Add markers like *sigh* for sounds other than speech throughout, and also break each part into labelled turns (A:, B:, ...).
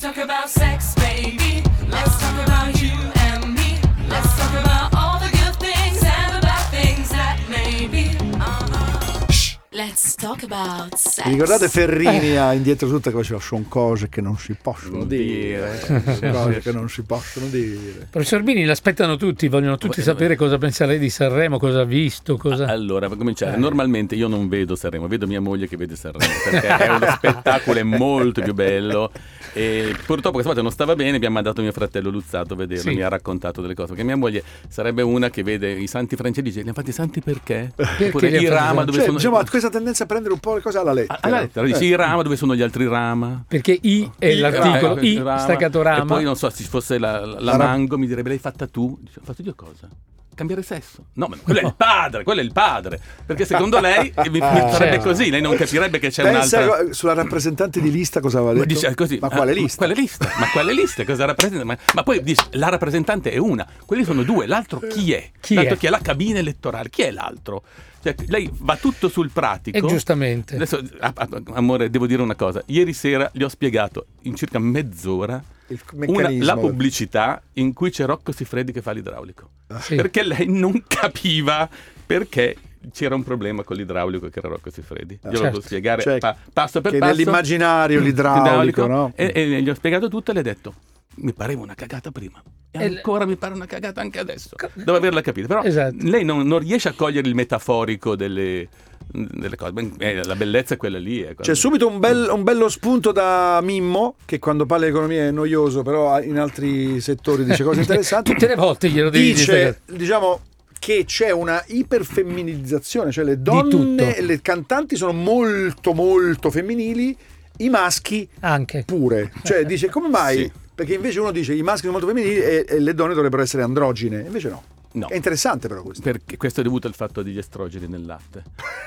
A: talk about sex, baby. Let's talk about you and me. Let's talk about all the good things and the bad things that may be. Uh-huh. Let's talk about sex.
B: Vi ricordate Ferrini a indietro tutta che faceva sono cose che non si possono dire, sono cose che non si possono dire.
C: Professor Bini, l'aspettano tutti, vogliono tutti sapere cosa pensa lei di Sanremo, cosa ha visto, cosa...
D: Allora, per
C: Eh.
D: cominciare, normalmente io non vedo Sanremo, vedo mia moglie che
C: *laughs*
D: vede Sanremo, perché è uno spettacolo è molto più bello e purtroppo questa volta non stava bene, abbiamo mandato mio fratello Luzzato a vederlo,
C: Sì.
D: mi ha raccontato delle cose, perché mia mogli sarebbe una che vede i santi francesi e dice, li hanno fatti i santi perché? Oppure
C: li hanno fatti
D: i rama
C: santi?"
D: dove
B: Cioè,
D: sono...
B: diciamo, ha questa tendenza a prendere un po' le cose alla lettera.
D: alla lettera, dice
B: Eh.
D: i rama dove sono gli altri rama?
C: Perché I è
D: I,
C: l'articolo,
D: rama,
C: I
D: eh, rama.
C: staccato
D: E
C: rama.
D: poi non so, se ci fosse la, la- la
B: La ra-
D: mango, mi direbbe l'hai fatta tu. Dice, ho fatto io cosa? Cambiare sesso. No, ma quello è il padre, quello è il padre. Perché secondo lei
B: *laughs*
D: mi, mi
B: Ah,
D: farebbe
C: certo.
D: così, lei non capirebbe che c'è
B: Pensa
D: un'altra.
B: co- sulla rappresentante di lista cosa aveva detto?
D: Dice così,
B: ma quale
D: ah,
B: lista?
D: quale lista? Ma quale lista? Cosa rappresenta? Ma, ma poi dice, la rappresentante è una, quelli sono due, l'altro chi è?
C: Chi
D: l'altro
C: è?
D: chi è? La cabina elettorale, chi è l'altro? Cioè, lei va tutto sul pratico.
C: E giustamente.
D: Adesso, a- a- amore, devo dire una cosa. Ieri sera gli ho spiegato in circa mezz'ora
B: Il
D: una-
B: meccanismo.
D: la pubblicità in cui c'è Rocco Siffredi che fa l'idraulico.
C: Sì.
D: Perché lei non capiva perché c'era un problema con l'idraulico che era Rocco Siffredi. Glielo
C: certo.
D: devo spiegare
B: Cioè,
D: pa- passo per
B: che
D: passo. Mm.
B: nell'immaginario l'idraulico, no?
D: E, e gli ho spiegato tutto e le ho detto, mi pareva una cagata prima. E
C: E l-
D: ancora mi pare una cagata anche adesso. Devo averla capita. Però
C: Esatto.
D: lei non, non riesce a cogliere il metaforico delle, delle cose. Ben- eh, la bellezza è quella lì. eh, È quella
B: C'è
D: lì.
B: Cioè, subito
C: Mm.
B: un, bel- un bello spunto da Mimmo, che quando parla di economia è noioso, però in altri settori dice
C: *laughs*
B: cose interessanti.
C: Tutte le volte glielo devi
B: dice,
C: dire.
B: diciamo, che c'è una iperfemminilizzazione, cioè le donne,
C: tutto.
B: le cantanti sono molto molto femminili, i maschi
C: Anche.
B: pure. Cioè dice
C: *laughs*
B: come mai?
D: Sì.
B: Perché invece uno dice i maschi sono molto femminili e, e le donne dovrebbero essere androgine, invece no.
D: No.
B: È interessante però questo.
D: Perché questo è dovuto al fatto degli estrogeni nel latte.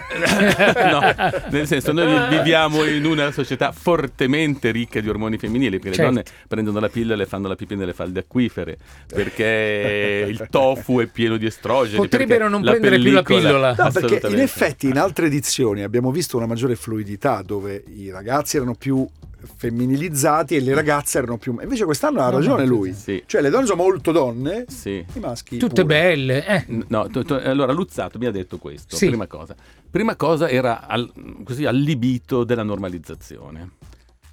D: *laughs* *laughs* no, nel senso, noi viviamo in una società fortemente ricca di ormoni femminili, perché
C: Certo.
D: le donne prendono la pillola e fanno la pipì nelle falde acquifere, perché il tofu è pieno di estrogeni.
C: Potrebbero
D: perché
C: non prendere più la
D: pellicola-
C: pillola.
B: No,
C: No,
B: perché in
D: Assolutamente.
B: effetti in altre edizioni abbiamo visto una maggiore fluidità dove i ragazzi erano più femminilizzati e le ragazze erano più... Invece quest'anno ha
C: No,
B: ragione
C: no,
B: lui.
D: sì.
B: Cioè le donne sono molto donne,
D: Sì.
B: i maschi...
C: *laughs* Tutte
B: pure.
C: belle. eh.
D: No, tu- tu- allora Luzzato mi ha detto questo,
C: Sì.
D: prima cosa. Prima cosa era al, così allibito della normalizzazione.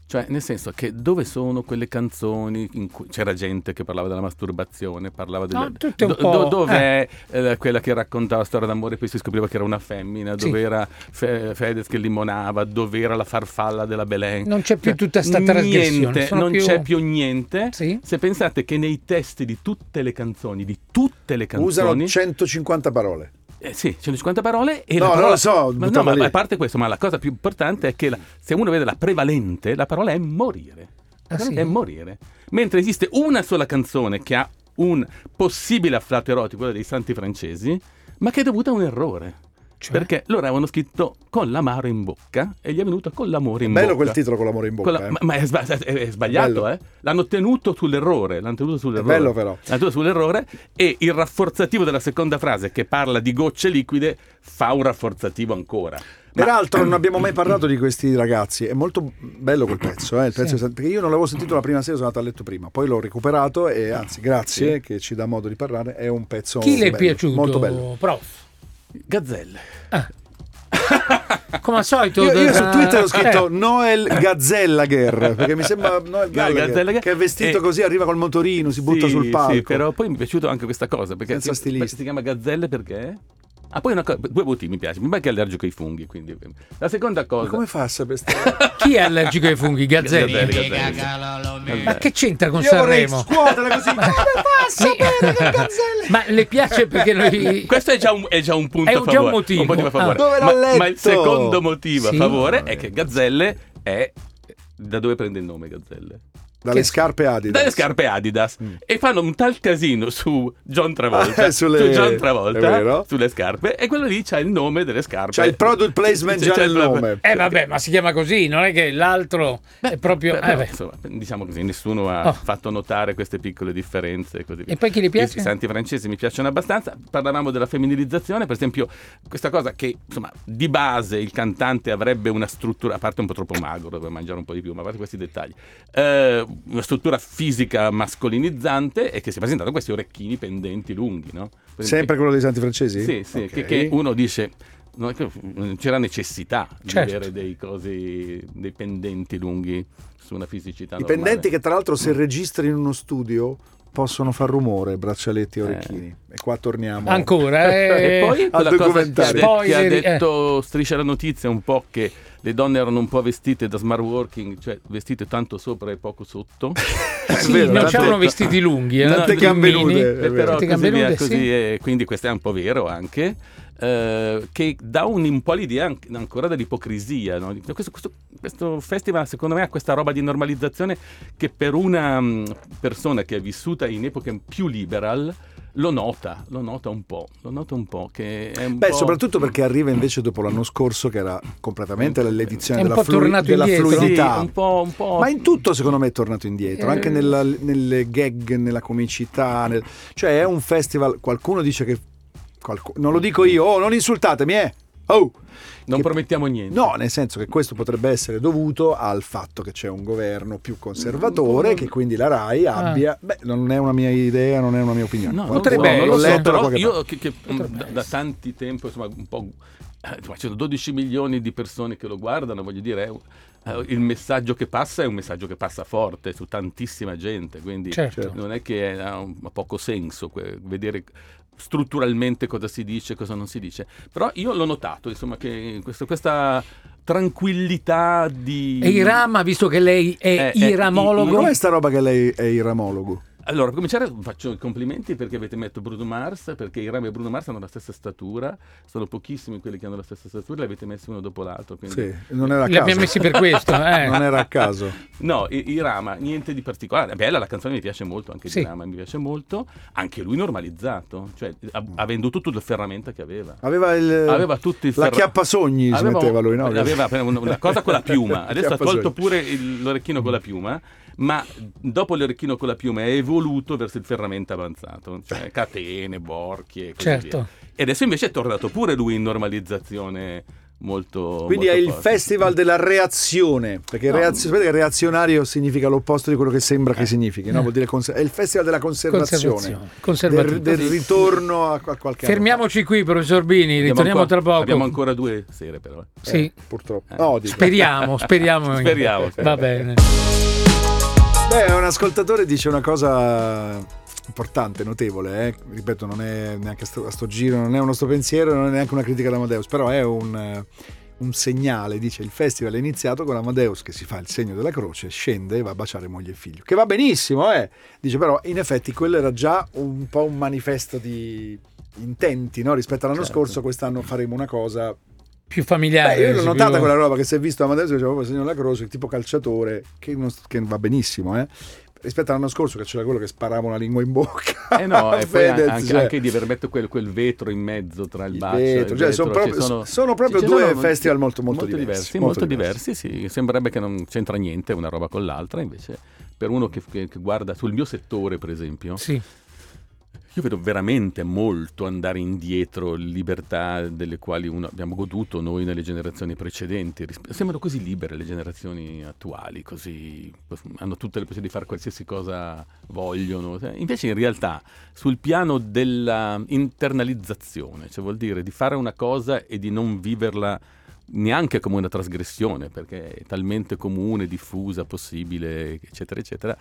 D: Cioè, nel senso che dove sono quelle canzoni in cui c'era gente che parlava della masturbazione, parlava delle...
C: No, tutte un po',
D: dov'è eh, quella che raccontava la storia d'amore e poi si scopriva che era una femmina,
C: Sì.
D: dove era Fe- Fedez che limonava, dove era la farfalla della Belen.
C: Non c'è più
D: Cioè,
C: tutta sta trasgressione,
D: niente,
C: sono
D: non
C: più-
D: c'è più niente.
C: Sì.
D: Se pensate che nei testi di tutte le canzoni, di tutte le canzoni...
B: Usano 150 parole.
D: Eh, sì, 150 parole e
B: No,
D: la
B: non
D: parola-
B: lo so,
D: ma,
B: buttava
D: no, ma-
B: lì.
D: ma a parte questo, ma la cosa più importante è che la- se uno vede la prevalente, la parola è morire.
C: Ah, sì?
D: È morire. Mentre esiste una sola canzone che ha un possibile afflato erotico, quella dei santi francesi, ma che è dovuta a un errore.
C: Cioè?
D: Perché loro avevano scritto con l'amaro in bocca e gli è venuto con l'amore in
B: Bello
D: bocca.
B: quel titolo con l'amore in bocca.
D: Quella-
B: eh.
D: ma, ma è, sba- è- è sbagliato,
B: Bello.
D: eh? L'hanno tenuto sull'errore. L'hanno tenuto sull'errore.
B: bello però.
D: L'hanno tenuto sull'errore. E il rafforzativo della seconda frase, che parla di gocce liquide, fa un rafforzativo ancora. Ma-
B: Peraltro
D: *clears throat*
B: non abbiamo mai parlato di questi ragazzi, è molto bello quel pezzo, eh, il pezzo che- perché io non l'avevo sentito la prima sera, sono andato a letto prima, poi l'ho recuperato e anzi grazie che ci dà modo di parlare, è un pezzo
C: Chi le è
B: bello,
C: piaciuto?
B: molto bello.
C: Prof.
D: Gazzelle.
C: Come al solito.
B: Io, io su
C: da-
B: Twitter ho scritto
C: Eh,
B: Noel Gazzellager, perché mi sembra Noel Gallagher,
D: Gazzellager.
B: che è vestito
D: E-
B: così, arriva col motorino, si butta
D: Sì,
B: sul palco.
D: Sì, però poi mi è piaciuta anche questa cosa. Perché
B: Senza
D: si,
B: stilista.
D: perché si chiama Gazzelle perché? Ah, poi una cosa, due motivi mi piace. Mi pare che è allergico ai funghi. Quindi. La seconda
B: Ma
D: cosa.
B: come fa a sapere sta-
D: *laughs*
C: Chi è allergico ai funghi?
D: Gazzelle,
C: Gazzelli.
D: Gazzelle, sì.
C: Ma che c'entra con
B: Io vorrei
C: Sanremo? *laughs*
B: scuotere così.
D: *laughs*
B: Ma come fa a sapere che è Gazzella?
C: Ma le piace perché *laughs* noi.
D: Questo è già un, è già un punto
C: È
D: a
C: un- già
D: favore.
C: un motivo.
D: a favore.
B: Ah. Dove l'ho
D: ma,
B: letto?
D: ma il secondo motivo
C: Sì.
D: a favore è che Gazzelle è. Da dove prende il nome Gazzelle?
B: Dalle scarpe Adidas.
D: Dalle scarpe Adidas.
C: Mm.
D: E fanno un tal casino su John
B: Ah,
D: Travolta.
B: eh, *laughs* sulle-
D: Su John
B: è
D: Travolta.
B: vero.
D: Sulle scarpe. E quello lì c'ha il nome delle scarpe.
B: C'ha il product placement
D: Sì,
B: già
D: c'ha il
B: nel
D: product-
B: nome.
C: Eh vabbè, ma si chiama così, non è che l'altro è proprio.
D: Però,
C: eh, beh.
D: insomma, diciamo così, nessuno ha
C: Oh.
D: fatto notare queste piccole differenze. E, così via.
C: E poi chi le piace?
D: I santi francesi mi piacciono abbastanza. Parlavamo della femminilizzazione, per esempio, questa cosa che insomma, di base il cantante avrebbe una struttura, a parte un po' troppo magro, doveva mangiare un po' di più, ma a parte questi dettagli, eh, una struttura fisica mascolinizzante e che si è presentato questi orecchini pendenti lunghi, no? Per esempio,
B: Sempre
D: che-
B: quello dei Santi Francesi?
D: Sì, sì,
B: Ok.
D: che, che uno dice no, che non c'era necessità
C: Certo.
D: di avere dei cosi, dei pendenti lunghi su una fisicità
B: I pendenti
D: normale.
B: che tra l'altro se registri in uno studio possono far rumore, braccialetti e
D: Eh.
B: orecchini. E qua torniamo.
C: Ancora, eh,
D: *laughs* E poi quella
B: al
D: cosa che ha,
B: documentario.
D: de- che ha
C: Spoiler, eh.
D: detto Striscia la Notizia un po' che le donne erano un po' vestite da smart working, cioè vestite tanto sopra e poco sotto.
C: *laughs* sì,
B: vero,
C: non
B: tante-
C: c'erano vestiti lunghi, eh,
D: tante
C: no,
B: gambe
C: mini.
B: nude.
D: Eh, però
C: Tante
D: così
C: gambe
D: via,
C: nude,
D: così,
C: sì.
D: eh, quindi questo è un po' vero anche, eh, che dà un, un po' l'idea anche- ancora dell'ipocrisia. no? Questo, questo- questo festival secondo me ha questa roba di normalizzazione che per una mm, persona che è vissuta in epoche più liberal lo nota, lo nota un po', lo nota un po'. Che è un
B: Beh,
D: po'- mm.
B: soprattutto perché arriva invece dopo l'anno scorso che era completamente l'edizione
C: È un
B: della,
C: po'
B: flu-
C: tornato
B: della
C: indietro.
D: Sì,
B: fluidità.
D: un po', un po'-
B: Ma in tutto secondo me è tornato indietro,
C: Eh.
B: anche nella- nelle gag, nella comicità, nel- cioè è un festival, qualcuno dice che... qualcu- non lo dico io, oh non insultatemi, eh! Oh!
D: non
B: che-
D: promettiamo niente.
B: No, nel senso che questo potrebbe essere dovuto al fatto che c'è un governo più conservatore, che quindi la RAI
C: Ah.
B: abbia... Beh, non è una mia idea, non è una mia opinione.
D: No,
B: Non lo
C: potrebbe
B: so,
D: non
B: l'ho
D: lo so,
B: letto da
D: però
B: qualche
D: io
B: parte.
D: che, che,
C: Potrebbe
D: da, da
C: essere.
D: tanto tempo, insomma, un po'. eh, Insomma, ci sono 12 milioni di persone che lo guardano, voglio dire, è un- eh, il messaggio che passa è un messaggio che passa forte su tantissima gente, quindi
C: Certo.
D: non è che è- ha, un- ha poco senso que- vedere strutturalmente cosa si dice e cosa non si dice. Però io l'ho notato, insomma, che questo- questa tranquillità di...
C: E Irama, visto che lei è
D: Eh, eh,
B: Ma
C: iramologo,
B: com'è sta roba che lei è iramologo?
D: Allora, per cominciare faccio i complimenti perché avete messo Bruno Mars, perché Irama e Bruno Mars hanno la stessa statura, sono pochissimi quelli che hanno la stessa statura, li avete messi uno dopo l'altro. Quindi...
B: Sì, non era a
C: li abbiamo messi
B: caso.
C: per
D: *laughs*
C: questo. eh.
B: *laughs* Non era a caso.
D: No, I- Irama, niente di particolare, è bella la canzone, mi piace molto, anche
C: Sì.
D: Irama mi piace molto, anche lui normalizzato, cioè ha- avendo tutto la ferramenta che aveva.
B: Aveva, il,
D: Aveva tutti i
B: Eh, la
D: ferra-
B: chiappa sogni, si
D: Aveva-
B: metteva lui, no?
D: Aveva appena una, una cosa
B: *laughs*
D: con la piuma. Adesso ha
B: Chiappa
D: tolto
B: sogni.
D: pure il- l'orecchino con la piuma, ma dopo l'orecchino con la piuma è evoluto verso il ferramenta avanzato,
B: Certo.
D: cioè catene, borchie e così
C: Certo.
D: via. E adesso invece è tornato pure lui in normalizzazione molto
B: Quindi è
D: molto
B: il
D: forte.
B: festival della reazione, perché
D: No.
B: reaz- sapete che reazionario significa l'opposto di quello che sembra che significhi, no?
C: Eh.
B: Vuol dire cons- è il festival della conservazione,
C: Conservazione. Conservativa.
B: del, del ritorno a, a qualche anno
C: Fermiamoci qui, professor Bini,
D: Abbiamo
C: ritorniamo
D: ancora-
C: tra poco.
D: Abbiamo ancora due sere però. eh.
B: fa.
C: Sì.
B: Eh, purtroppo.
D: Eh.
B: No, dico.
C: Speriamo,
D: *laughs*
C: speriamo.
D: Speriamo,
C: Va
D: speriamo.
C: bene.
B: Beh, un ascoltatore dice una cosa importante, notevole, eh. ripeto, non è neanche sto- a sto giro, non è uno sto pensiero, non è neanche una critica ad Amadeus, però è un, eh, un segnale, dice il festival è iniziato con Amadeus che si fa il segno della croce, scende e va a baciare moglie e figlio, che va benissimo, eh. dice però in effetti quello era già un po' un manifesto di intenti no? rispetto all'anno
D: Certo.
B: scorso, quest'anno faremo una cosa
C: Più familiare.
B: Beh, io l'ho
C: più-
B: notata quella roba che si è visto Amadeus che faceva proprio la croce, tipo calciatore, che, non- che va benissimo, eh. Rispetto all'anno scorso che c'era quello che sparava una lingua in bocca. *laughs*
D: Eh no, e poi
B: Fedez,
D: anche,
B: cioè,
D: anche di aver messo quel, quel vetro in mezzo tra il,
B: il
D: bacio e il
B: vetro, cioè, sono
D: vetro,
B: proprio,
D: ci
B: sono proprio
D: ci
B: due
D: sono
B: festival molto, molto, diversi,
D: molto, diversi, sì. Sembrerebbe che non c'entra niente una roba con l'altra, invece per uno che, che- che guarda sul mio settore, per esempio,
C: Sì.
D: io vedo veramente molto andare indietro libertà delle quali uno- abbiamo goduto noi nelle generazioni precedenti. Risp- Sembrano così libere le generazioni attuali, così hanno tutte le possibilità di fare qualsiasi cosa vogliono. Eh, Invece in realtà sul piano della internalizzazione, cioè vuol dire di fare una cosa e di non viverla neanche come una trasgressione, perché è talmente comune, diffusa, possibile, eccetera, eccetera.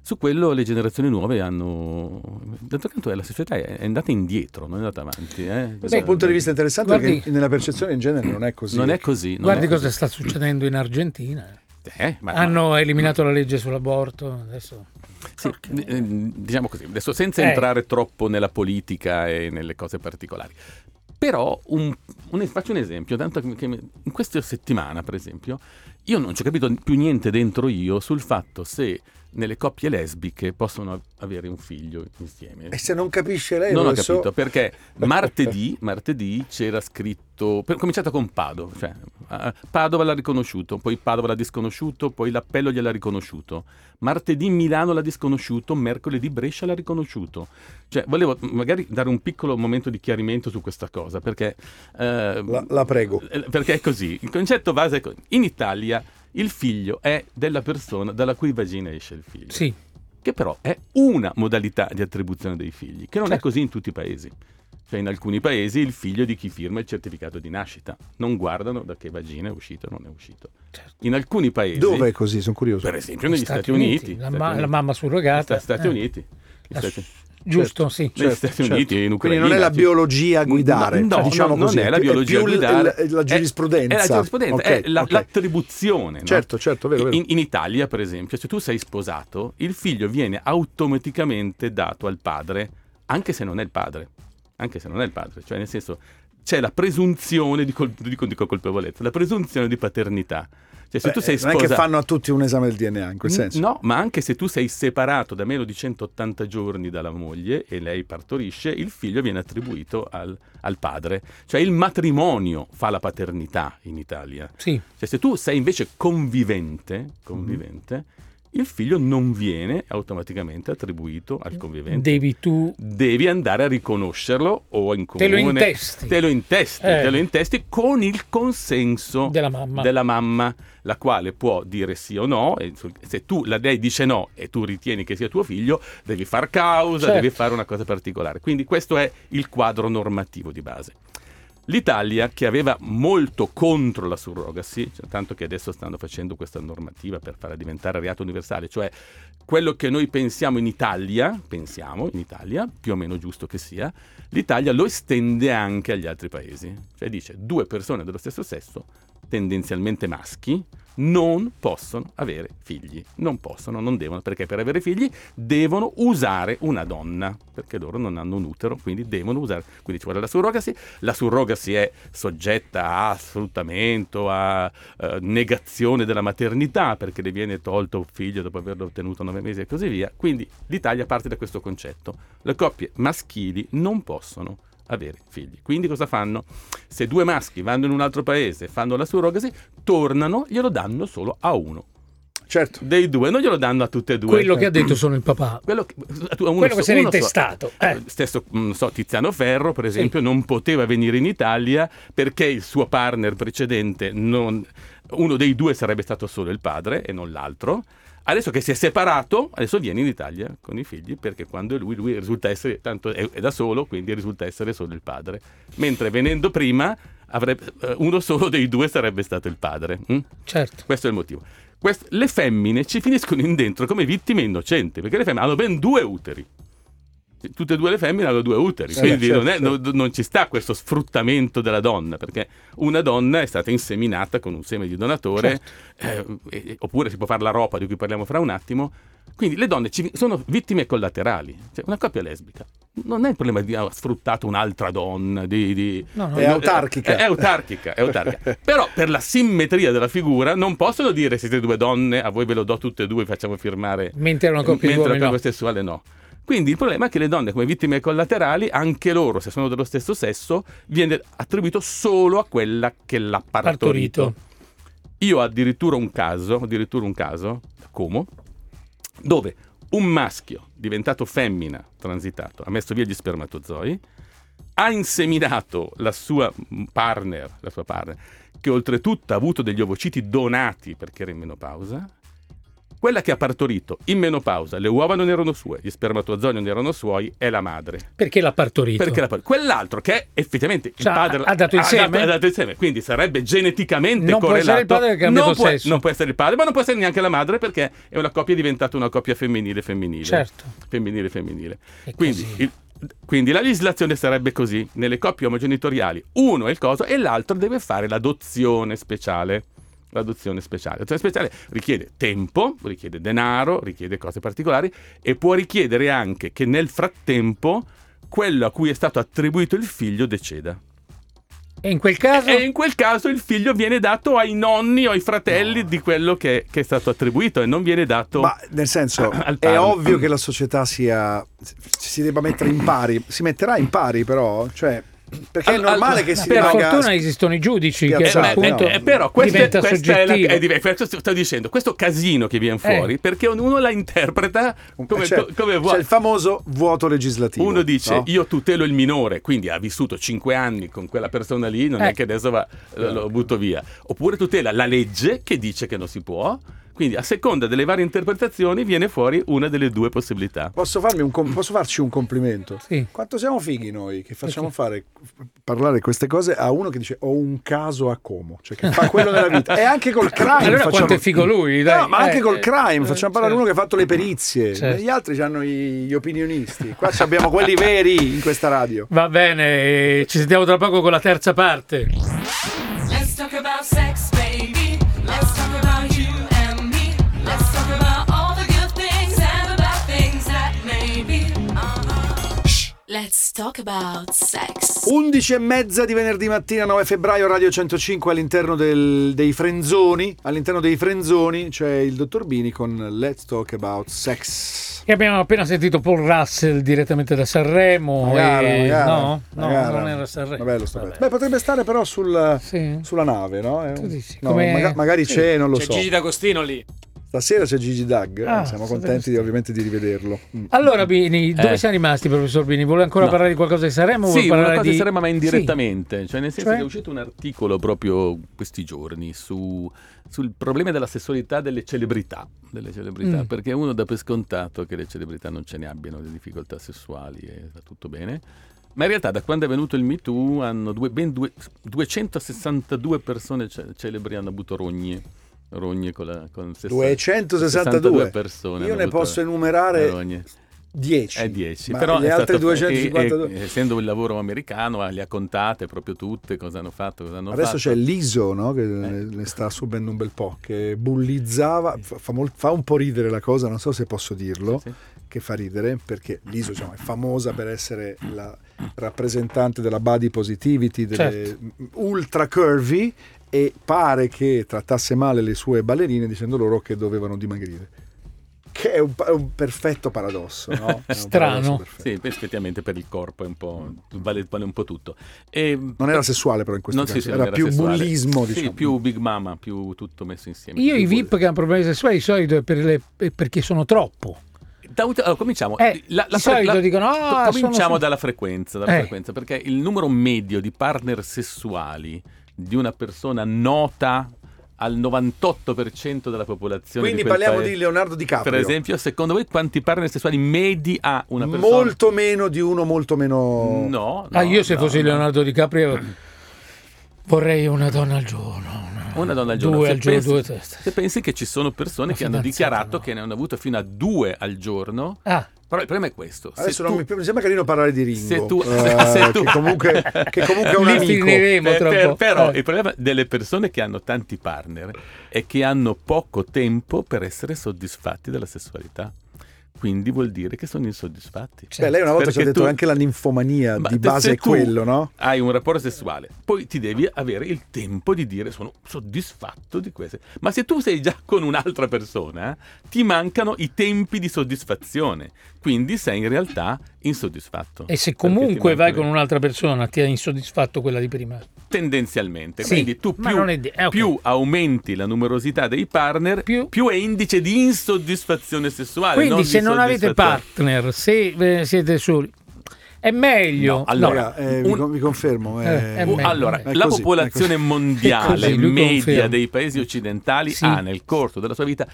D: Su quello le generazioni nuove hanno... D'altro canto eh, la società è è andata indietro, non è andata avanti. eh.
B: Questo è un punto di vista interessante
C: Guardi-
B: perché nella percezione in genere non è così.
D: Non è così. non
C: Guardi
D: è
C: cosa
D: così.
C: sta succedendo in Argentina.
D: Eh, ma- ma-
C: Hanno Ah, eliminato la legge sull'aborto. Adesso...
D: Sì, eh, diciamo così, adesso senza
C: Eh.
D: entrare troppo nella politica e nelle cose particolari. Però un- un- faccio un esempio, tanto che, che in questa settimana per esempio io non ci ho capito più niente dentro io sul fatto se nelle coppie lesbiche possono av- avere un figlio insieme.
B: E se non capisce lei,
D: Non ho
B: adesso- *laughs*
D: capito perché martedì, martedì c'era scritto, per, cominciato con Padova, cioè, eh, Padova l'ha riconosciuto, poi Padova l'ha disconosciuto, poi l'appello gliel'ha riconosciuto, martedì Milano l'ha disconosciuto, mercoledì Brescia l'ha riconosciuto. Cioè volevo mh, magari dare un piccolo momento di chiarimento su questa cosa perché... eh,
B: La, la prego.
D: eh, Perché è così, il concetto base è così. In Italia Il figlio è della persona dalla cui vagina esce il figlio.
C: Sì,
D: Che però è una modalità di attribuzione dei figli, che non è
C: Certo.
D: così in tutti i paesi. Cioè in alcuni paesi il figlio di chi firma il certificato di nascita. Non guardano da che vagina è uscito o non è uscito.
C: certo.
D: In alcuni paesi...
B: Dove è così? Sono curioso.
D: Per esempio negli Stati, Uniti.
C: La,
D: Stati
C: ma-
D: Uniti.
C: la mamma surrogata.
D: Sta- Stati
C: eh.
D: Uniti. Gli
C: La-
D: Stati-
C: Giusto, sì.
D: negli Stati Uniti e in
B: certo, Quindi
D: Ucraina.
B: non è la
D: ci-
B: biologia a guidare,
D: No, no,
B: diciamo
D: non
B: così,
D: è la
B: più-
D: biologia
B: più
D: a
B: l-
D: guidare.
B: l- la
D: È-
B: giurisprudenza.
D: È la giurisprudenza,
B: Ok,
D: è la-
B: ok.
D: l'attribuzione. no?
B: Certo, certo, vero, vero.
D: In, in Italia, per esempio, se tu sei sposato, il figlio viene automaticamente dato al padre, anche se non è il padre. Anche se non è il padre, cioè nel senso c'è la presunzione di, col- dico- dico colpevolezza, la presunzione di paternità. Cioè se tu
B: Beh,
D: sei
B: non è che
D: sposato...
B: fanno a tutti un esame del DNA in quel
D: N-
B: senso.
D: No, ma anche se tu sei separato da meno di 180 giorni dalla moglie e lei partorisce, il figlio viene attribuito al, al padre. Cioè il matrimonio fa la paternità in Italia.
C: Sì,
D: Cioè se tu sei invece convivente, convivente
C: Mhm.
D: il figlio non viene automaticamente attribuito al convivente.
C: devi tu...
D: Devi andare a riconoscerlo o in
C: Te
D: comune.
C: lo intesti.
D: Te lo intesti,
C: Eh.
D: te lo intesti con il consenso
C: Della mamma.
D: della mamma, la quale può dire sì o no. e sul- se tu la lei dice no e tu ritieni che sia tuo figlio, devi far causa,
C: Certo.
D: devi fare una cosa particolare. Quindi questo è il quadro normativo di base. L'Italia, che aveva molto contro la surrogacy, cioè, tanto che adesso stanno facendo questa normativa per farla diventare reato universale, cioè quello che noi pensiamo in Italia, pensiamo in Italia, più o meno giusto che sia, l'Italia lo estende anche agli altri paesi. Cioè dice due persone dello stesso sesso, tendenzialmente maschi, non possono avere figli. Non possono, non devono, perché per avere figli devono usare una donna, perché loro non hanno un utero, quindi devono usare. Quindi ci vuole la surrogacy. La surrogacy è soggetta a sfruttamento, a eh, negazione della maternità, perché le viene tolto un figlio dopo averlo ottenuto a nove mesi e così via. Quindi l'Italia parte da questo concetto. Le coppie maschili non possono avere figli. Quindi cosa fanno? Se due maschi vanno in un altro paese e fanno la surrogacy, tornano, glielo danno solo a uno
B: Certo.
D: dei due, non glielo danno a tutte e due. eh.
C: Quello che ha detto sono il papà.
D: Quello che, a uno
C: Quello che
D: so-
C: se n'è
D: uno so-
C: intestato. eh.
D: Stesso, non so, Tiziano Ferro, per esempio, non poteva venire in Italia perché il suo partner precedente, non- uno dei due sarebbe stato solo il padre e non l'altro. Adesso che si è separato, adesso viene in Italia con i figli perché quando è lui, lui risulta essere, tanto è, è da solo, quindi risulta essere solo il padre. Mentre venendo prima, avrebbe- eh, uno solo dei due sarebbe stato il padre. mm?
C: Certo.
D: Questo è il motivo. Quest- le femmine ci finiscono in dentro come vittime innocenti, perché le femmine hanno ben due uteri. Tutte e due le femmine hanno due uteri,
B: Sì,
D: quindi
B: certo,
D: non, è-
B: certo.
D: non- non ci sta questo sfruttamento della donna, perché una donna è stata inseminata con un seme di donatore, eh, e- e- oppure si può fare la ropa di cui parliamo fra un attimo. Quindi le donne ci- sono vittime collaterali. Cioè, una coppia lesbica non è il problema di ah, ha sfruttato un'altra donna, di- di,
C: No, no,
B: È
C: no.
B: autarchica.
D: Eh, è, è autarchica, è
B: *laughs*
D: autarchica. Però per la simmetria della figura non possono dire siete due donne, a voi ve lo do tutte e due, facciamo firmare.
C: Mentre erano coppie di
D: Mentre la
C: uomini,
D: coppia
C: no.
D: sessuale no. Quindi il problema è che le donne come vittime collaterali, anche loro, se sono dello stesso sesso, viene attribuito solo a quella che l'ha partorito.
C: Partorito.
D: Io ho addirittura un caso, addirittura un caso, a Como, dove un maschio diventato femmina, transitato, ha messo via gli spermatozoi, ha inseminato la sua partner, la sua partner, che oltretutto ha avuto degli ovociti donati perché era in menopausa. Quella che ha partorito in menopausa, le uova non erano sue, gli spermatozoi non erano suoi, è la madre.
C: Perché l'ha partorito?
D: Perché la par- quell'altro che è effettivamente il
C: Cioè,
D: padre
C: ha dato il seme?
D: ha dato il seme, quindi sarebbe geneticamente
C: Non può
D: correlato.
C: essere il padre perché ha
D: non,
C: cambiato
D: può,
C: sesso.
D: non può essere il padre, ma non può essere neanche la madre perché è una coppia diventata una coppia femminile femminile.
C: Certo.
D: Femminile femminile.
C: È
D: Quindi,
C: così.
D: il- quindi la legislazione sarebbe così, nelle coppie omogenitoriali uno è il coso e l'altro deve fare l'adozione speciale. L'adozione speciale. L'adozione speciale richiede tempo, richiede denaro, richiede cose particolari e può richiedere anche che nel frattempo quello a cui è stato attribuito il figlio deceda.
C: E in quel caso...
D: E in quel caso il figlio viene dato ai nonni o ai fratelli di quello che, che è stato attribuito e non viene dato...
B: Ma nel
D: *clears throat*
B: senso,
D: Al
B: è
D: parlo.
B: ovvio che la società sia si debba mettere in pari. Si metterà in pari, però, cioè, Perché
D: Allora,
B: è normale
D: allora,
B: che si
C: per
B: rimanga
C: fortuna esistono i giudici che
B: spiazzato,
C: appunto
B: no.
D: Eh, però questo è-
C: diventa
D: questa è la-
C: soggettivo. Eh.
D: è diver- questo sto dicendo, questo casino che viene fuori perché ognuno la interpreta come,
B: C'è-
D: co-
B: eh, cioè,
D: come
B: c'è
D: vuole.
B: il famoso vuoto legislativo.
D: Uno dice
B: no?
D: io tutelo il minore, quindi ha vissuto 5 anni con quella persona lì, non
C: Eh.
D: è che adesso va- lo, lo butto via. Oppure tutela la legge che dice che non si può. Quindi a seconda delle varie interpretazioni viene fuori una delle due possibilità.
B: Posso, farmi un com- posso farci un complimento?
C: Sì.
B: Quanto siamo fighi noi che facciamo fare parlare queste cose a uno che dice ho un caso a Como, cioè che fa quello nella vita. E anche col crime
C: Allora
B: facciamo...
C: quanto è figo lui, dai.
B: No, ma anche
C: Eh,
B: col
C: eh,
B: crime,
C: eh,
B: facciamo parlare uno
C: certo.
B: che ha fatto le perizie,
C: Certo.
B: gli altri hanno gli opinionisti, qua ci abbiamo quelli veri in questa radio.
C: Va bene, eh, ci sentiamo tra poco con la terza parte.
A: Let's talk about sex, baby. Let's talk about you and me. Let's talk about all the good things and the bad things that may be. Uh-huh. Shh. Let's talk about sex.
B: 11 e mezza di venerdì mattina 9 febbraio Radio 105 all'interno del- dei Frenzoni all'interno dei Frenzoni c'è il dottor Bini con Let's Talk About Sex
C: E abbiamo appena sentito Paul Russell direttamente da Sanremo. e- no, no,
B: magari.
C: non era Sanremo.
B: Vabbè, lo sto
C: Vabbè.
B: Beh, potrebbe stare però sul-
C: Sì.
B: sulla nave no? È un-
C: Tu dici,
B: no,
C: come-
B: maga- magari
C: sì.
B: c'è non lo
E: C'è
B: so
E: Gigi D'Agostino lì.
B: stasera c'è Gigi Dag
C: Ah,
B: siamo
C: stasera
B: contenti
C: sì.
B: di- ovviamente di rivederlo Mm.
C: Allora Bini, dove
D: Eh.
C: siamo rimasti professor Bini? Vuole ancora
D: No.
C: parlare di qualcosa di Sanremo? o vuole
D: Sì, una
C: parlare
D: cosa
C: di...
D: saremmo ma
C: Sì.
D: indirettamente, cioè nel senso
C: Cioè?
D: che è uscito un articolo proprio questi giorni su- sul problema della sessualità delle celebrità, delle celebrità
C: Mm.
D: perché uno dà per scontato che le celebrità non ce ne abbiano le difficoltà sessuali e va tutto bene. Ma in realtà da quando è venuto il Me Too hanno due- ben due- 262 persone ce- celebri hanno avuto rogne, rogne con, la, con
B: 262
D: persone.
B: io
D: hanno
B: ne
D: avuto
B: posso enumerare
D: rogne.
B: 10
D: È 10,
B: ma
D: Eh, però
B: le
D: è
B: altre
D: stato-
B: 252
D: e- e- essendo un lavoro americano, ah, le ha contate proprio tutte, cosa hanno fatto, cosa hanno
B: Adesso c'è
D: fatto.
B: l'ISO no,
D: Eh.
B: che ne- ne sta subendo un bel po', che bullizzava, fa, fa mol- fa un po' ridere la cosa, non so se posso dirlo,
D: Sì.
B: che fa ridere perché l'ISO diciamo, è famosa per essere la rappresentante della body positivity, delle
C: Certo.
B: m- ultra curvy e pare che trattasse male le sue ballerine dicendo loro che dovevano dimagrire. Che è un, pa- è un perfetto paradosso, no? È un
C: Strano.
B: paradosso perfetto.
D: Sì, beh, effettivamente per il corpo è un po', vale, vale un po' tutto. E-
B: Non era sessuale però in questo
D: non
B: caso,
D: sì, sì, non
B: era, più
D: sessuale.
B: bullismo,
D: Sì,
B: diciamo.
D: più Big Mama, più tutto messo insieme.
C: Io
D: Più
C: i VIP
D: bull-
C: che hanno problemi sessuali di solito è per le- è perché sono troppo.
D: Da ut- allora, cominciamo.
C: Eh,
D: La- la
C: di
D: fre-
C: solito
D: la-
C: dicono,
D: co-
C: "Ah,
D: cominciamo
C: sono-
D: dalla frequenza, dalla
C: Eh.
D: frequenza, perché il numero medio di partner sessuali di una persona nota al 98% della popolazione
B: Quindi
D: di quel
B: parliamo
D: paese-
B: di Leonardo DiCaprio.
D: Per esempio, secondo voi quanti partner sessuali medi ha una persona?
B: Molto meno di uno, molto meno.
D: No, no,
C: ah, io se
D: no,
C: fossi
D: no.
C: Leonardo DiCaprio vorrei una donna al giorno.
D: Una donna al giorno.
C: Due
D: Se
C: al giorno,
D: pensi-
C: due teste.
D: Se pensi che ci sono persone
C: Una
D: che hanno
C: fidanzata,
D: dichiarato
C: no.
D: che ne hanno avuto fino a due al giorno,
C: Ah,
D: però il problema è questo. se
B: Adesso non
D: tu-
B: mi, mi sembra carino parlare di Ringo.
D: se tu-
B: eh,
D: *laughs* se tu-
B: che, comunque, che comunque è un
C: Li
B: amico.
C: finiremo.
D: Eh,
C: tra un po'.
D: per- però
C: Eh.
D: il problema delle persone che hanno tanti partner è che hanno poco tempo per essere soddisfatti della sessualità. Quindi vuol dire che sono insoddisfatti.
B: Beh, lei una volta ci ha
D: Perché
B: detto
D: tu-
B: anche la ninfomania
D: Ma
B: di
D: te-
B: base
D: se
B: è
D: tu
B: quello, no?
D: Hai un rapporto sessuale, poi ti devi avere il tempo di dire sono soddisfatto di questo. Ma se tu sei già con un'altra persona, ti mancano i tempi di soddisfazione, quindi sei in realtà insoddisfatto.
C: e se
D: Perché ti
C: comunque vai
D: mancano-
C: con un'altra persona ti ha insoddisfatto quella di
D: Ah,
C: prima.
D: tendenzialmente,
C: Sì,
D: quindi tu
C: ma
D: più,
C: non è di- eh, ok.
D: più aumenti la numerosità dei partner,
C: Più-
D: più, è indice di insoddisfazione sessuale.
C: Quindi se
D: di
C: non avete
D: soddisfazione.
C: partner, se eh, siete soli, è meglio.
D: No, allora,
B: Raga, eh, vi
D: un-
B: con- vi confermo.
C: Eh, è
B: eh,
C: meglio.
D: Oh, Allora,
B: È
D: la
B: così,
D: popolazione
B: è così.
D: mondiale
C: *laughs* È così, lui
D: media
C: conferma.
D: dei paesi occidentali
C: Sì.
D: ha nel corso della sua vita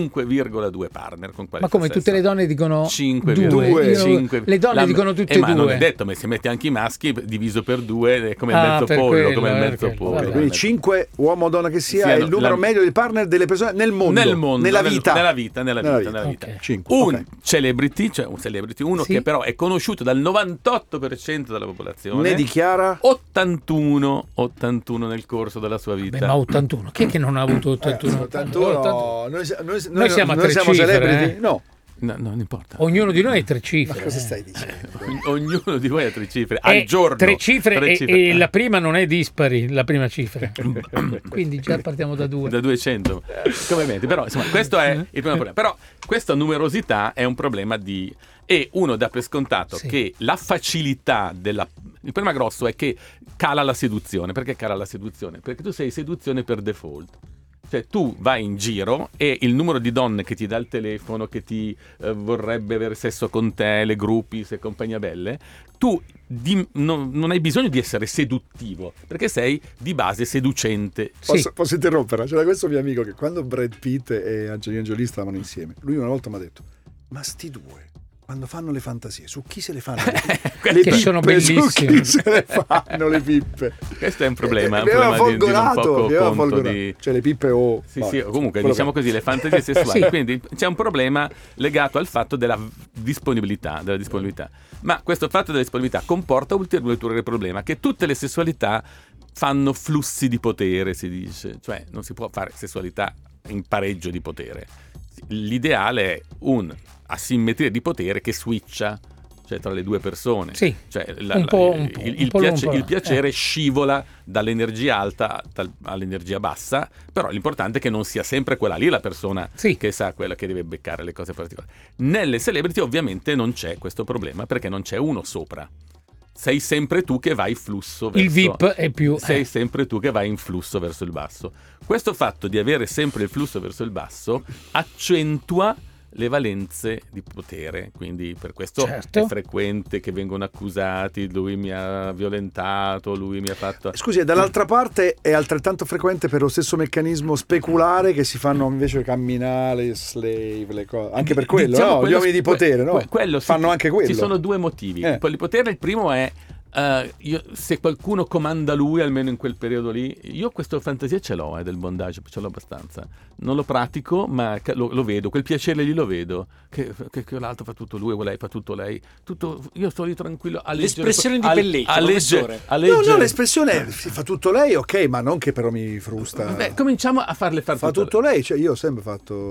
D: 5,2 partner con quale
C: Ma come
D: fa sesso.
C: tutte le donne dicono
D: 5,
C: due,
B: Due.
C: io-
D: Cinque.
C: le donne
D: La-
C: dicono tutte
D: eh,
C: e
D: ma non
C: due.
D: è detto, ma se metti anche i maschi diviso per due è come il
C: Ah,
D: mezzo
C: per
D: pollo,
C: quello,
D: come il
C: eh,
D: mezzo
C: perché-
D: pollo.
C: vabbè.
D: come
B: Quindi
D: il mezzo-
B: 5 uomo o donna che sia
D: Siano
B: è il numero
D: la-
B: medio di partner delle persone nel mondo.
D: nel mondo,
B: Nella
D: nel-
B: vita.
D: nella vita, nella vita, nella vita.
C: Ok.
B: 5.
D: Un celebrity, cioè un celebrity, uno
C: Sì.
D: che però è conosciuto dal 98% della popolazione.
B: Ne dichiara
D: 81, 81 nel corso della sua vita.
C: Beh, ma 81, chi è che non ha avuto
B: Eh,
C: 81?
B: 81. Noi, si- noi, noi-
C: siamo a
B: noi
C: tre cifre,
B: celebrity?
C: eh.
B: No.
D: No, no, non importa.
C: Ognuno di noi ha tre
B: Ma
C: cifre.
B: cosa
C: eh.
B: stai dicendo?
D: O- Ognuno di voi ha tre cifre.
C: Eh,
D: Al giorno.
C: Tre cifre,
D: Tre
C: e- e, la prima non è dispari, la prima
D: *laughs*
C: cifra. Quindi già partiamo da due.
D: da 200 come vedi però insomma questo è il primo problema però questa numerosità è un problema di e uno dà per scontato
C: Sì.
D: che la facilità della il problema grosso è che cala la seduzione perché cala la seduzione perché tu sei seduzione per default cioè tu vai in giro e il numero di donne che ti dà il telefono, che ti eh, vorrebbe avere sesso con te, le gruppi, se compagnia belle, tu di- non- non hai bisogno di essere seduttivo, perché sei di base seducente. *laughs*
C: Sì.
B: Posso, posso interromperla? C'era questo mio amico che quando Brad Pitt e Angelina Jolie stavano insieme, lui una volta mi ha detto: Ma sti due, quando fanno le fantasie, su chi se le
C: *laughs*
B: fanno? le pippe?
C: Che sono
B: pippe, Su
C: bellissime."
B: chi se le fanno le pippe?
D: *laughs* Questo è un problema,
B: Mi
D: un
B: aveva
D: problema di- di non
B: folgorato,
D: poco
B: mi aveva
D: conto
B: folgorato.
D: di-
B: Cioè le pippe o...
D: Sì,
B: vabbè,
D: sì, comunque
B: quello
D: diciamo
B: che-
D: così,
B: *laughs*
D: le
C: *laughs*
D: fantasie sessuali.
C: Sì.
D: Quindi c'è un problema legato al fatto della disponibilità, della disponibilità. Ma questo fatto della disponibilità comporta un ulteriore problema, che tutte le sessualità fanno flussi di potere, si dice. Cioè non si può fare sessualità in pareggio di potere. L'ideale è un'asimmetria di potere che switcha, cioè tra le due persone.
C: Sì.
D: Cioè, la-
C: Un
D: la-
C: po', un po',
D: il,
C: un
D: il
C: po'
D: piace-
C: lungo,
D: il
C: eh.
D: piacere scivola dall'energia alta tal- all'energia bassa, però l'importante è che non sia sempre quella lì la persona
C: Sì.
D: che sa quella che deve beccare le cose particolari. Nelle celebrity ovviamente non c'è questo problema perché non c'è uno sopra. Sei sempre tu che vai flusso verso
C: Il VIP è più... eh.
D: sei sempre tu che vai in flusso verso il basso. Questo fatto di avere sempre il flusso verso il basso accentua le valenze di potere, quindi per questo
C: Certo.
D: è frequente che vengono accusati, lui mi ha violentato, lui mi ha fatto...
B: Scusi, e dall'altra parte è altrettanto frequente per lo stesso meccanismo speculare che si fanno invece camminare, le slave, le cose. Anche per quello,
D: Diciamo
B: no? gli uomini di
D: que-
B: potere, no?
D: que- quello sì.
B: fanno anche quello.
D: Ci sono due motivi.
B: Eh.
D: Quello di potere, il primo è eh, io- se qualcuno comanda lui, almeno in quel periodo lì, io questa fantasia ce l'ho eh, del bondage, ce l'ho abbastanza. Non lo pratico, ma ca- lo, lo vedo, quel piacere lì lo vedo. Che, che- che l'altro fa tutto lui, o lei fa tutto lei. Tutto, io sto lì tranquillo a leggere.
E: L'espressione di
D: a-
E: bellezza,
D: a leggere-
E: professore.
D: a
B: No, no,
D: leggere-
B: l'espressione è, si fa tutto lei, ok, ma non che però mi frusta.
D: Beh, cominciamo a farle fare
B: fa tutto lei, cioè io ho sempre
D: *laughs*
B: fatto...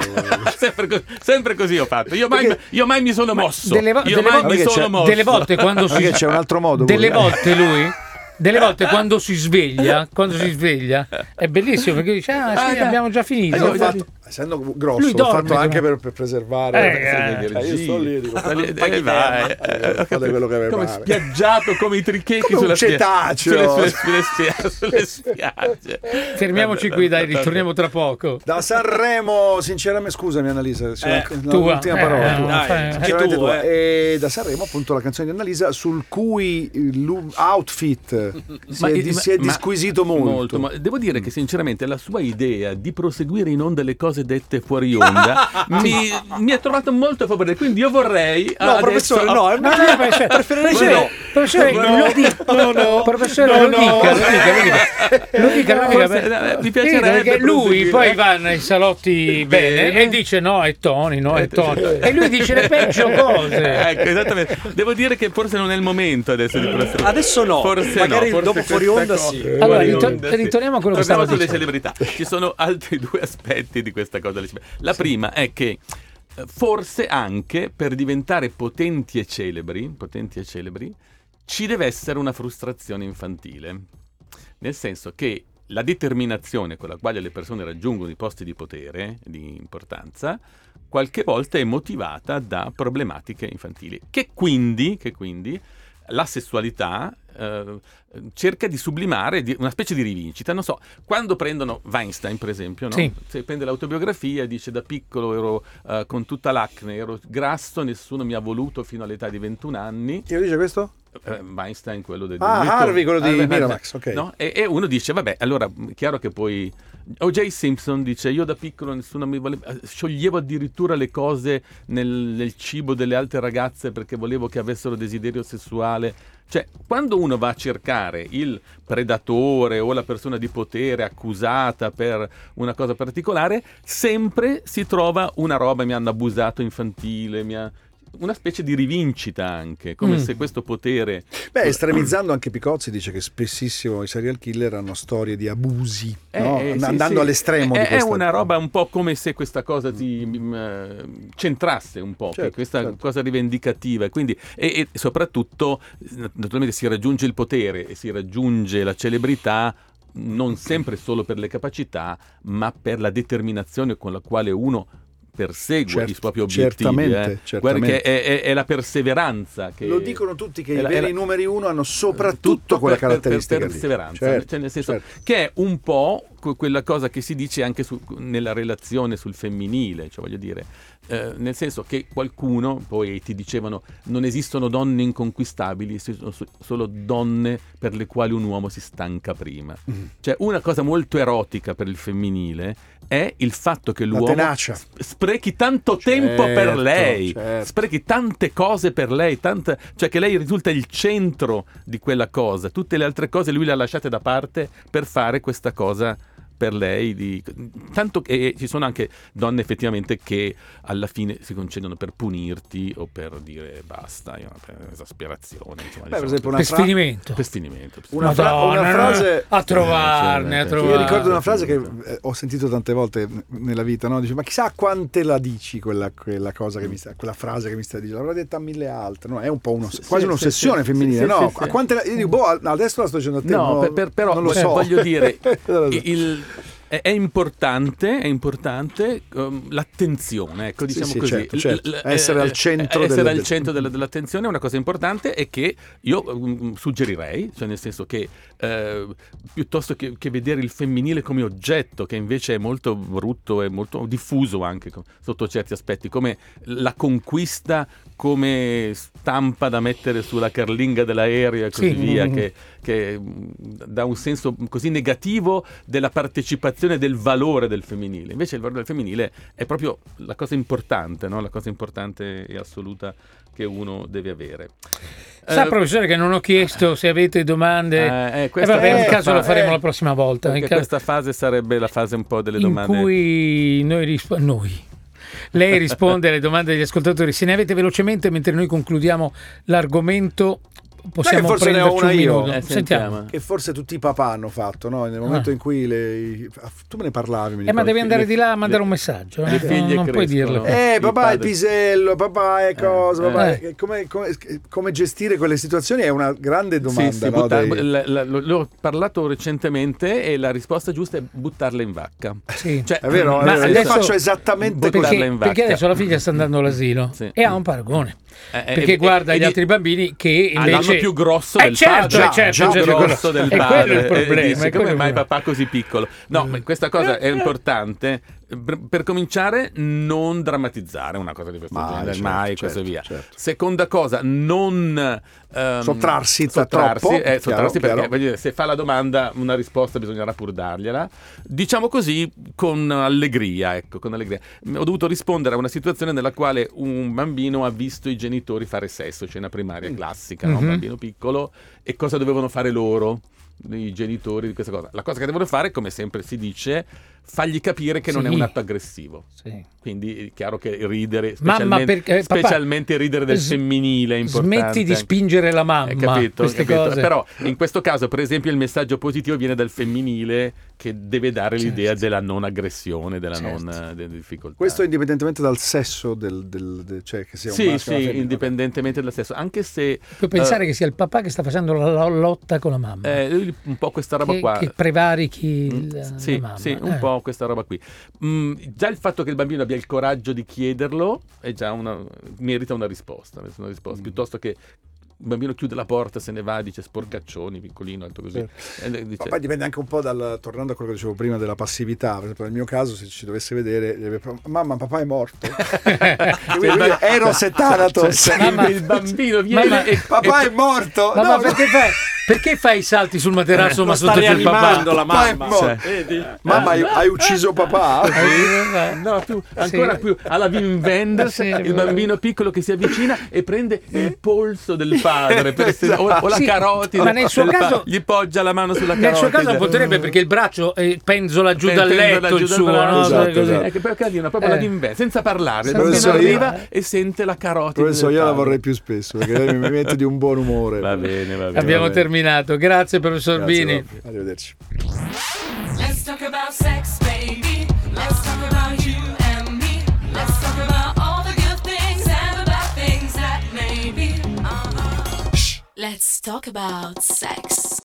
D: sempre, co- sempre così ho fatto. Io mai,
B: Perché-
D: io mai mi sono mosso.
C: delle vo-
D: io
C: delle
D: mai
C: vo-
D: mi
B: Perché
D: sono
B: c'è-
D: mosso.
C: Delle volte quando si...
B: Perché c'è un altro modo.
C: Delle
B: pure.
C: volte lui... Delle volte quando si sveglia, quando si sveglia, è bellissimo perché dice ah sì,
D: Ah,
C: abbiamo già
B: Eh,
C: finito.
B: io ho
D: Lui
B: fatto, essendo grosso,
C: Lui
B: l'ho
C: dorme,
B: fatto anche
C: però.
B: per, per preservare...
C: Eh, eh.
B: Cioè, io sto lì e dico,
D: Sta lì-
E: Paghi
D: eh, vai,
E: te,
D: eh,
B: ma-
D: eh, ho
B: Fate
D: capito.
B: quello che vi
D: come
B: pare.
D: spiaggiato come i trichechi
B: Come un
D: sulla spia-
B: cetaceo.
D: sulle, sulle- sulle spia-
B: *laughs*
D: sulle spiagge
C: Fermiamoci qui, dai, ritorniamo tra poco.
B: Da Sanremo, sinceramente, scusami Annalisa, c'è
E: Eh,
B: la- la-
C: tua.
B: l'ultima
C: Eh,
B: parola.
C: no,
E: Dai,
C: fai-
E: anche
B: Sinceramente
E: tu,
B: tua.
E: eh.
B: E da Sanremo appunto la canzone di Annalisa sul cui eh, lu- outfit
D: *laughs*
B: si
D: Ma-
B: è, di-
D: ma-
B: si è
D: ma-
B: disquisito molto.
D: ma devo dire che sinceramente la sua idea di proseguire in onda le cose dette
B: *laughs*
D: fuori onda mi, mi ha trovato molto favorevole quindi io vorrei
B: No, professore, no, è
C: No, no, eh,
B: *laughs*
C: professore, professore,
D: no.
C: professore,
D: No,
C: lo dica,
B: no, no.
C: professore,
B: No,
C: lo
B: no.
C: dica, lo dica, lo dica.
B: *laughs*
C: Lo dica, lo dica,
D: Forse,
C: beh.
D: eh, mi piacerebbe
C: Sì, perché lui
D: proseguire.
C: poi va nei salotti
D: Bene.
C: bene e dice no, è Tony, no, è
D: Eh,
C: Tony.
D: sì.
C: E lui dice le peggio
B: *laughs*
C: cose.
D: ecco, esattamente. Devo dire che forse non è il momento adesso di proseguire.
E: Adesso no,
D: Forse
E: magari
D: no, forse
E: dopo fuori
D: questa
E: onda
D: cosa-
E: sì.
D: fuori
C: Allora, ritor-
D: onda sì.
C: ritorniamo a quello che
D: Torniamo
C: stavo
D: sulle
C: dicendo.
D: celebrità.
C: *laughs*
D: Ci sono altri due aspetti di questa cosa. La prima è che eh, forse anche per diventare potenti e celebri, potenti e celebri, ci deve essere una frustrazione infantile. Nel senso che la determinazione con la quale le persone raggiungono i posti di potere, di importanza, qualche volta è motivata da problematiche infantili, che quindi, che quindi la sessualità eh, cerca di sublimare di- una specie di rivincita. Non so, quando prendono Weinstein, per esempio, no?
C: Sì.
D: Se prende l'autobiografia, dice da piccolo ero eh, con tutta l'acne, ero grasso, nessuno mi ha voluto fino all'età di 21 anni.
B: Chi lo dice questo?
D: Eh, Weinstein, quello del
B: Ah,
D: Dilmitto.
B: Harvey, quello di
D: Harvey Weinstein.
B: Miramax, ok.
D: No? E, e uno dice, vabbè, allora, mh, chiaro che poi... O.J. Simpson dice, io da piccolo nessuno mi voleva... eh, Scioglievo addirittura le cose nel, nel cibo delle altre ragazze perché volevo che avessero desiderio sessuale. Cioè, quando uno va a cercare il predatore o la persona di potere accusata per una cosa particolare, sempre si trova una roba, mi hanno abusato infantile, mi ha... una specie di rivincita anche, come
C: Mm.
D: se questo potere...
B: Beh, estremizzando anche Picozzi dice che spessissimo i serial killer hanno storie di abusi,
D: Eh,
B: no?
D: eh,
B: And-
D: sì,
B: andando
D: sì.
B: all'estremo
D: è,
B: di
D: è
B: questa
D: una roba un po' come se questa cosa ti mm, eh, centrasse un po',
B: Certo,
D: questa
B: certo.
D: cosa rivendicativa. e Quindi, e, e soprattutto, eh, naturalmente, si raggiunge il potere e si raggiunge la celebrità non sempre solo per le capacità, ma per la determinazione con la quale uno persegue
B: Certo,
D: i propri obiettivi.
B: certamente,
D: eh.
B: certamente.
D: Guarda che è, è- è la perseveranza che...
B: Lo dicono tutti che
D: è
B: i
D: la- è
B: veri
D: la-
B: numeri uno hanno
D: tutto
B: soprattutto quella
D: per- per-
B: caratteristica
D: per
B: lì.
D: perseveranza,
B: Certo,
D: cioè, nel senso,
B: certo.
D: che è un po' que- quella cosa che si dice anche su- nella relazione sul femminile, cioè voglio dire, eh, nel senso che qualcuno, poeti, dicevano non esistono donne inconquistabili, esistono so- solo donne per le quali un uomo si stanca prima.
B: Mm.
D: Cioè una cosa molto erotica per il femminile è il fatto che
B: La
D: l'uomo
B: tenacia.
D: sprechi tanto tempo per
B: Certo,
D: lei,
B: certo.
D: sprechi tante cose per lei, tanta- cioè che lei risulta il centro di quella cosa, tutte le altre cose lui le ha lasciate da parte per fare questa cosa per lei. di- tanto che e ci sono anche donne effettivamente che alla fine si concedono per punirti o per dire basta, io- per esasperazione. Insomma,
B: Beh, per
D: diciamo,
B: esempio
C: Per
B: una, fra-
C: sfinimento.
D: per sfinimento. per
B: una fra-
C: Madonna,
B: una
C: no,
B: frase...
C: a trovarne, a
D: Eh,
B: Io
C: trovarne.
B: ricordo una frase Ah, che eh, ho sentito tante volte n- nella vita, no? Dice, ma chissà quante la dici quella, quella cosa che mi sta, quella frase che mi stai dicendo, l'avrò detta a mille altre, no? È un po' uno-
D: Sì,
B: quasi
D: sì,
B: un'ossessione
D: sì, sì,
B: femminile,
D: sì,
B: no?
D: sì, sì.
B: A quante la- io dico, boh, al- adesso la sto dicendo a te,
D: No, per- per- però
B: non lo
D: eh,
B: so. *laughs*
D: voglio dire,
B: Non lo so.
D: il- è, è importante, è importante ehm, l'attenzione, ecco,
B: Sì,
D: diciamo
B: sì,
D: così.
B: certo, certo. Essere al
D: eh,
B: centro
D: essere
B: delle-
D: al
B: del-
D: centro della- dell'attenzione è una cosa importante e che io ehm, suggerirei, cioè nel senso che eh, piuttosto che, che vedere il femminile come oggetto, che invece è molto brutto e molto diffuso anche co- sotto certi aspetti, come la conquista come stampa da mettere sulla carlinga dell'aereo e così
C: Sì.
D: via, che, che mh, dà un senso così negativo della partecipazione e del valore del femminile. Invece il valore del femminile è proprio la cosa importante, no? la cosa importante e assoluta che uno deve avere.
C: Sa,
D: Eh,
C: professore, che non ho chiesto se avete domande.
D: eh, eh,
C: E
D: questa-
C: vabbè, in
B: eh,
C: caso
B: ma-
C: lo faremo
B: eh,
C: la prossima volta.
D: perché
C: in caso-
D: questa fase sarebbe la fase un po' delle
C: in
D: domande.
C: cui noi rispo- noi. Lei risponde alle domande degli ascoltatori. Se ne avete velocemente mentre noi concludiamo l'argomento, possiamo
B: forse ne ho
C: prenderci un
B: una io.
C: minuto.
D: Eh,
C: Sentiamo.
D: sentiamo.
B: Che forse tutti i papà hanno fatto, no? Nel momento
C: Ah.
B: in cui le... i- ah, tu me ne parlavi, mi
C: Eh, ma
B: ricordo.
C: devi andare di là a mandare
D: le-
C: un messaggio.
D: le
C: eh?
D: figlie
C: Non, non puoi
D: crescono.
C: dirlo.
B: Eh,
D: Il
B: papà il
D: padre-
B: pisello, papà è cosa,
D: Eh,
B: papà,
C: eh.
B: è- come, come- come gestire quelle situazioni è una grande domanda.
D: Sì, sì,
B: no?
D: buttar-
B: Dei-
D: la- la- lo- l'ho parlato recentemente e la risposta giusta è buttarla in vacca.
C: Sì.
D: Cioè,
B: Eh È vero, è
D: ma
B: vero, io
D: adesso-
B: faccio esattamente
D: buttarla
B: così.
C: perché,
D: in vacca.
C: perché adesso la figlia sta andando all'asilo
D: Sì.
C: e ha un paragone.
D: Eh, eh,
C: perché
D: eh,
C: guarda
D: eh,
C: gli
D: di-
C: altri bambini che
D: Ah, l'hanno
C: invece
D: più grosso
C: Eh,
D: del
C: certo,
D: padre.
C: eh, certo,
B: Già,
C: certo,
D: più
B: quello-
D: grosso del
C: è quello
D: padre.
C: il
D: E
C: problema.
D: dici,
C: è quello il
D: come mai
C: problema. Mm. Eh,
D: papà così piccolo? No, ma questa cosa è importante. Per per cominciare, non drammatizzare una cosa di questo
B: Mai,
D: genere,
B: certo,
D: mai e
B: certo,
D: così via.
B: certo.
D: Seconda cosa, non ehm,
B: Sottrarsi da
D: sottrarsi,
B: troppo,
D: eh,
B: chiaro,
D: sottrarsi perché
B: chiaro.
D: voglio dire, se fa la domanda, una risposta bisognerà pur dargliela. Diciamo così con allegria, ecco, con allegria. Ho dovuto rispondere a una situazione nella quale un bambino ha visto i genitori fare sesso, scena primaria classica, no? un
C: Mhm.
D: bambino piccolo, e cosa dovevano fare loro, i genitori di questa cosa. La cosa che devono fare, come sempre si dice, fargli capire che non è
C: Sì.
D: un atto aggressivo.
C: Sì.
D: Quindi è chiaro che ridere, specialmente,
C: Mamma perché eh, papà,
D: specialmente ridere del
C: s-
D: femminile è importante.
C: Smetti di spingere la mamma.
D: Eh, capito,
C: queste
D: capito.
C: cose.
D: Però in questo caso, per esempio, il messaggio positivo viene dal femminile che deve dare l'idea della non aggressione, della
C: Certo.
D: non eh, de- difficoltà.
B: Questo indipendentemente dal sesso, del, del- de- cioè che sia un
D: sì,
B: maschio o una
D: sì,
B: femmina.
D: indipendentemente dal sesso, anche se
C: Puoi pensare che sia il papà che sta facendo la, la lotta con la mamma.
D: eh, un po' questa roba
C: che,
D: qua Mm.
C: che prevarichi il- la,
D: sì,
C: mamma.
D: sì, un
C: Eh.
D: po' questa roba qui. Mm, già il fatto che il bambino abbia il coraggio di chiederlo è già una, merita una risposta, merita una risposta.
C: Mm.
D: piuttosto che il bambino chiude la porta, se ne va, dice sporcaccioni, piccolino, alto così. Eh, dice-
B: Ma poi dipende anche un po' dal tornando a quello che dicevo prima della passività. Per esempio, nel mio caso, se ci dovesse vedere, gli avrei- mamma, papà è
D: *laughs*
B: morto. E quindi lui, Eros e Thanatos.
D: Cioè,
C: Mamma-
D: il bambino viene
C: Mamma-
D: e,
B: Papà
D: e-
B: è morto.
C: Ma,
B: No,
C: ma perché, fai, perché fai i salti sul
D: Eh,
C: materasso ma sotto c'è il papà?
E: la
B: Papà è morto.
D: Cioè,
B: Mamma, hai, hai ucciso
D: *laughs*
B: papà?
C: Eh,
D: No, più, ancora
C: Sì.
D: più alla Wim Wenders,
C: Sì,
D: il
C: vero.
D: bambino piccolo che si avvicina e prende il polso del padre per se- o, o la
C: Sì,
D: carotide.
C: ma nel suo
D: il pa-
C: caso-
D: gli poggia la mano sulla
C: Nel
D: carotide.
C: suo caso non potrebbe perché il braccio eh, penzola giù dal
D: Pentola
C: letto
D: giù
C: il
D: dal
C: suo,
D: braccio.
C: no?
B: Esatto,
C: Così.
B: esatto.
D: Ecco, per Carlino, proprio la
C: Eh.
D: d'inverno, senza parlare.
C: Senza
D: Senza
B: parlare.
D: arriva e sente la carotide.
B: Professore,
D: del
B: io la
D: padre.
B: vorrei più spesso perché lei mi mette di un buon umore.
D: Va bene, va bene.
C: Abbiamo
D: va bene.
C: terminato. Grazie professor
B: Grazie,
C: Bini.
B: Robby. Arrivederci.
A: Let's talk about sex, baby. Let's talk about you and me. Let's talk about all the good things and the bad things that may be. Uh-huh. Let's talk about sex.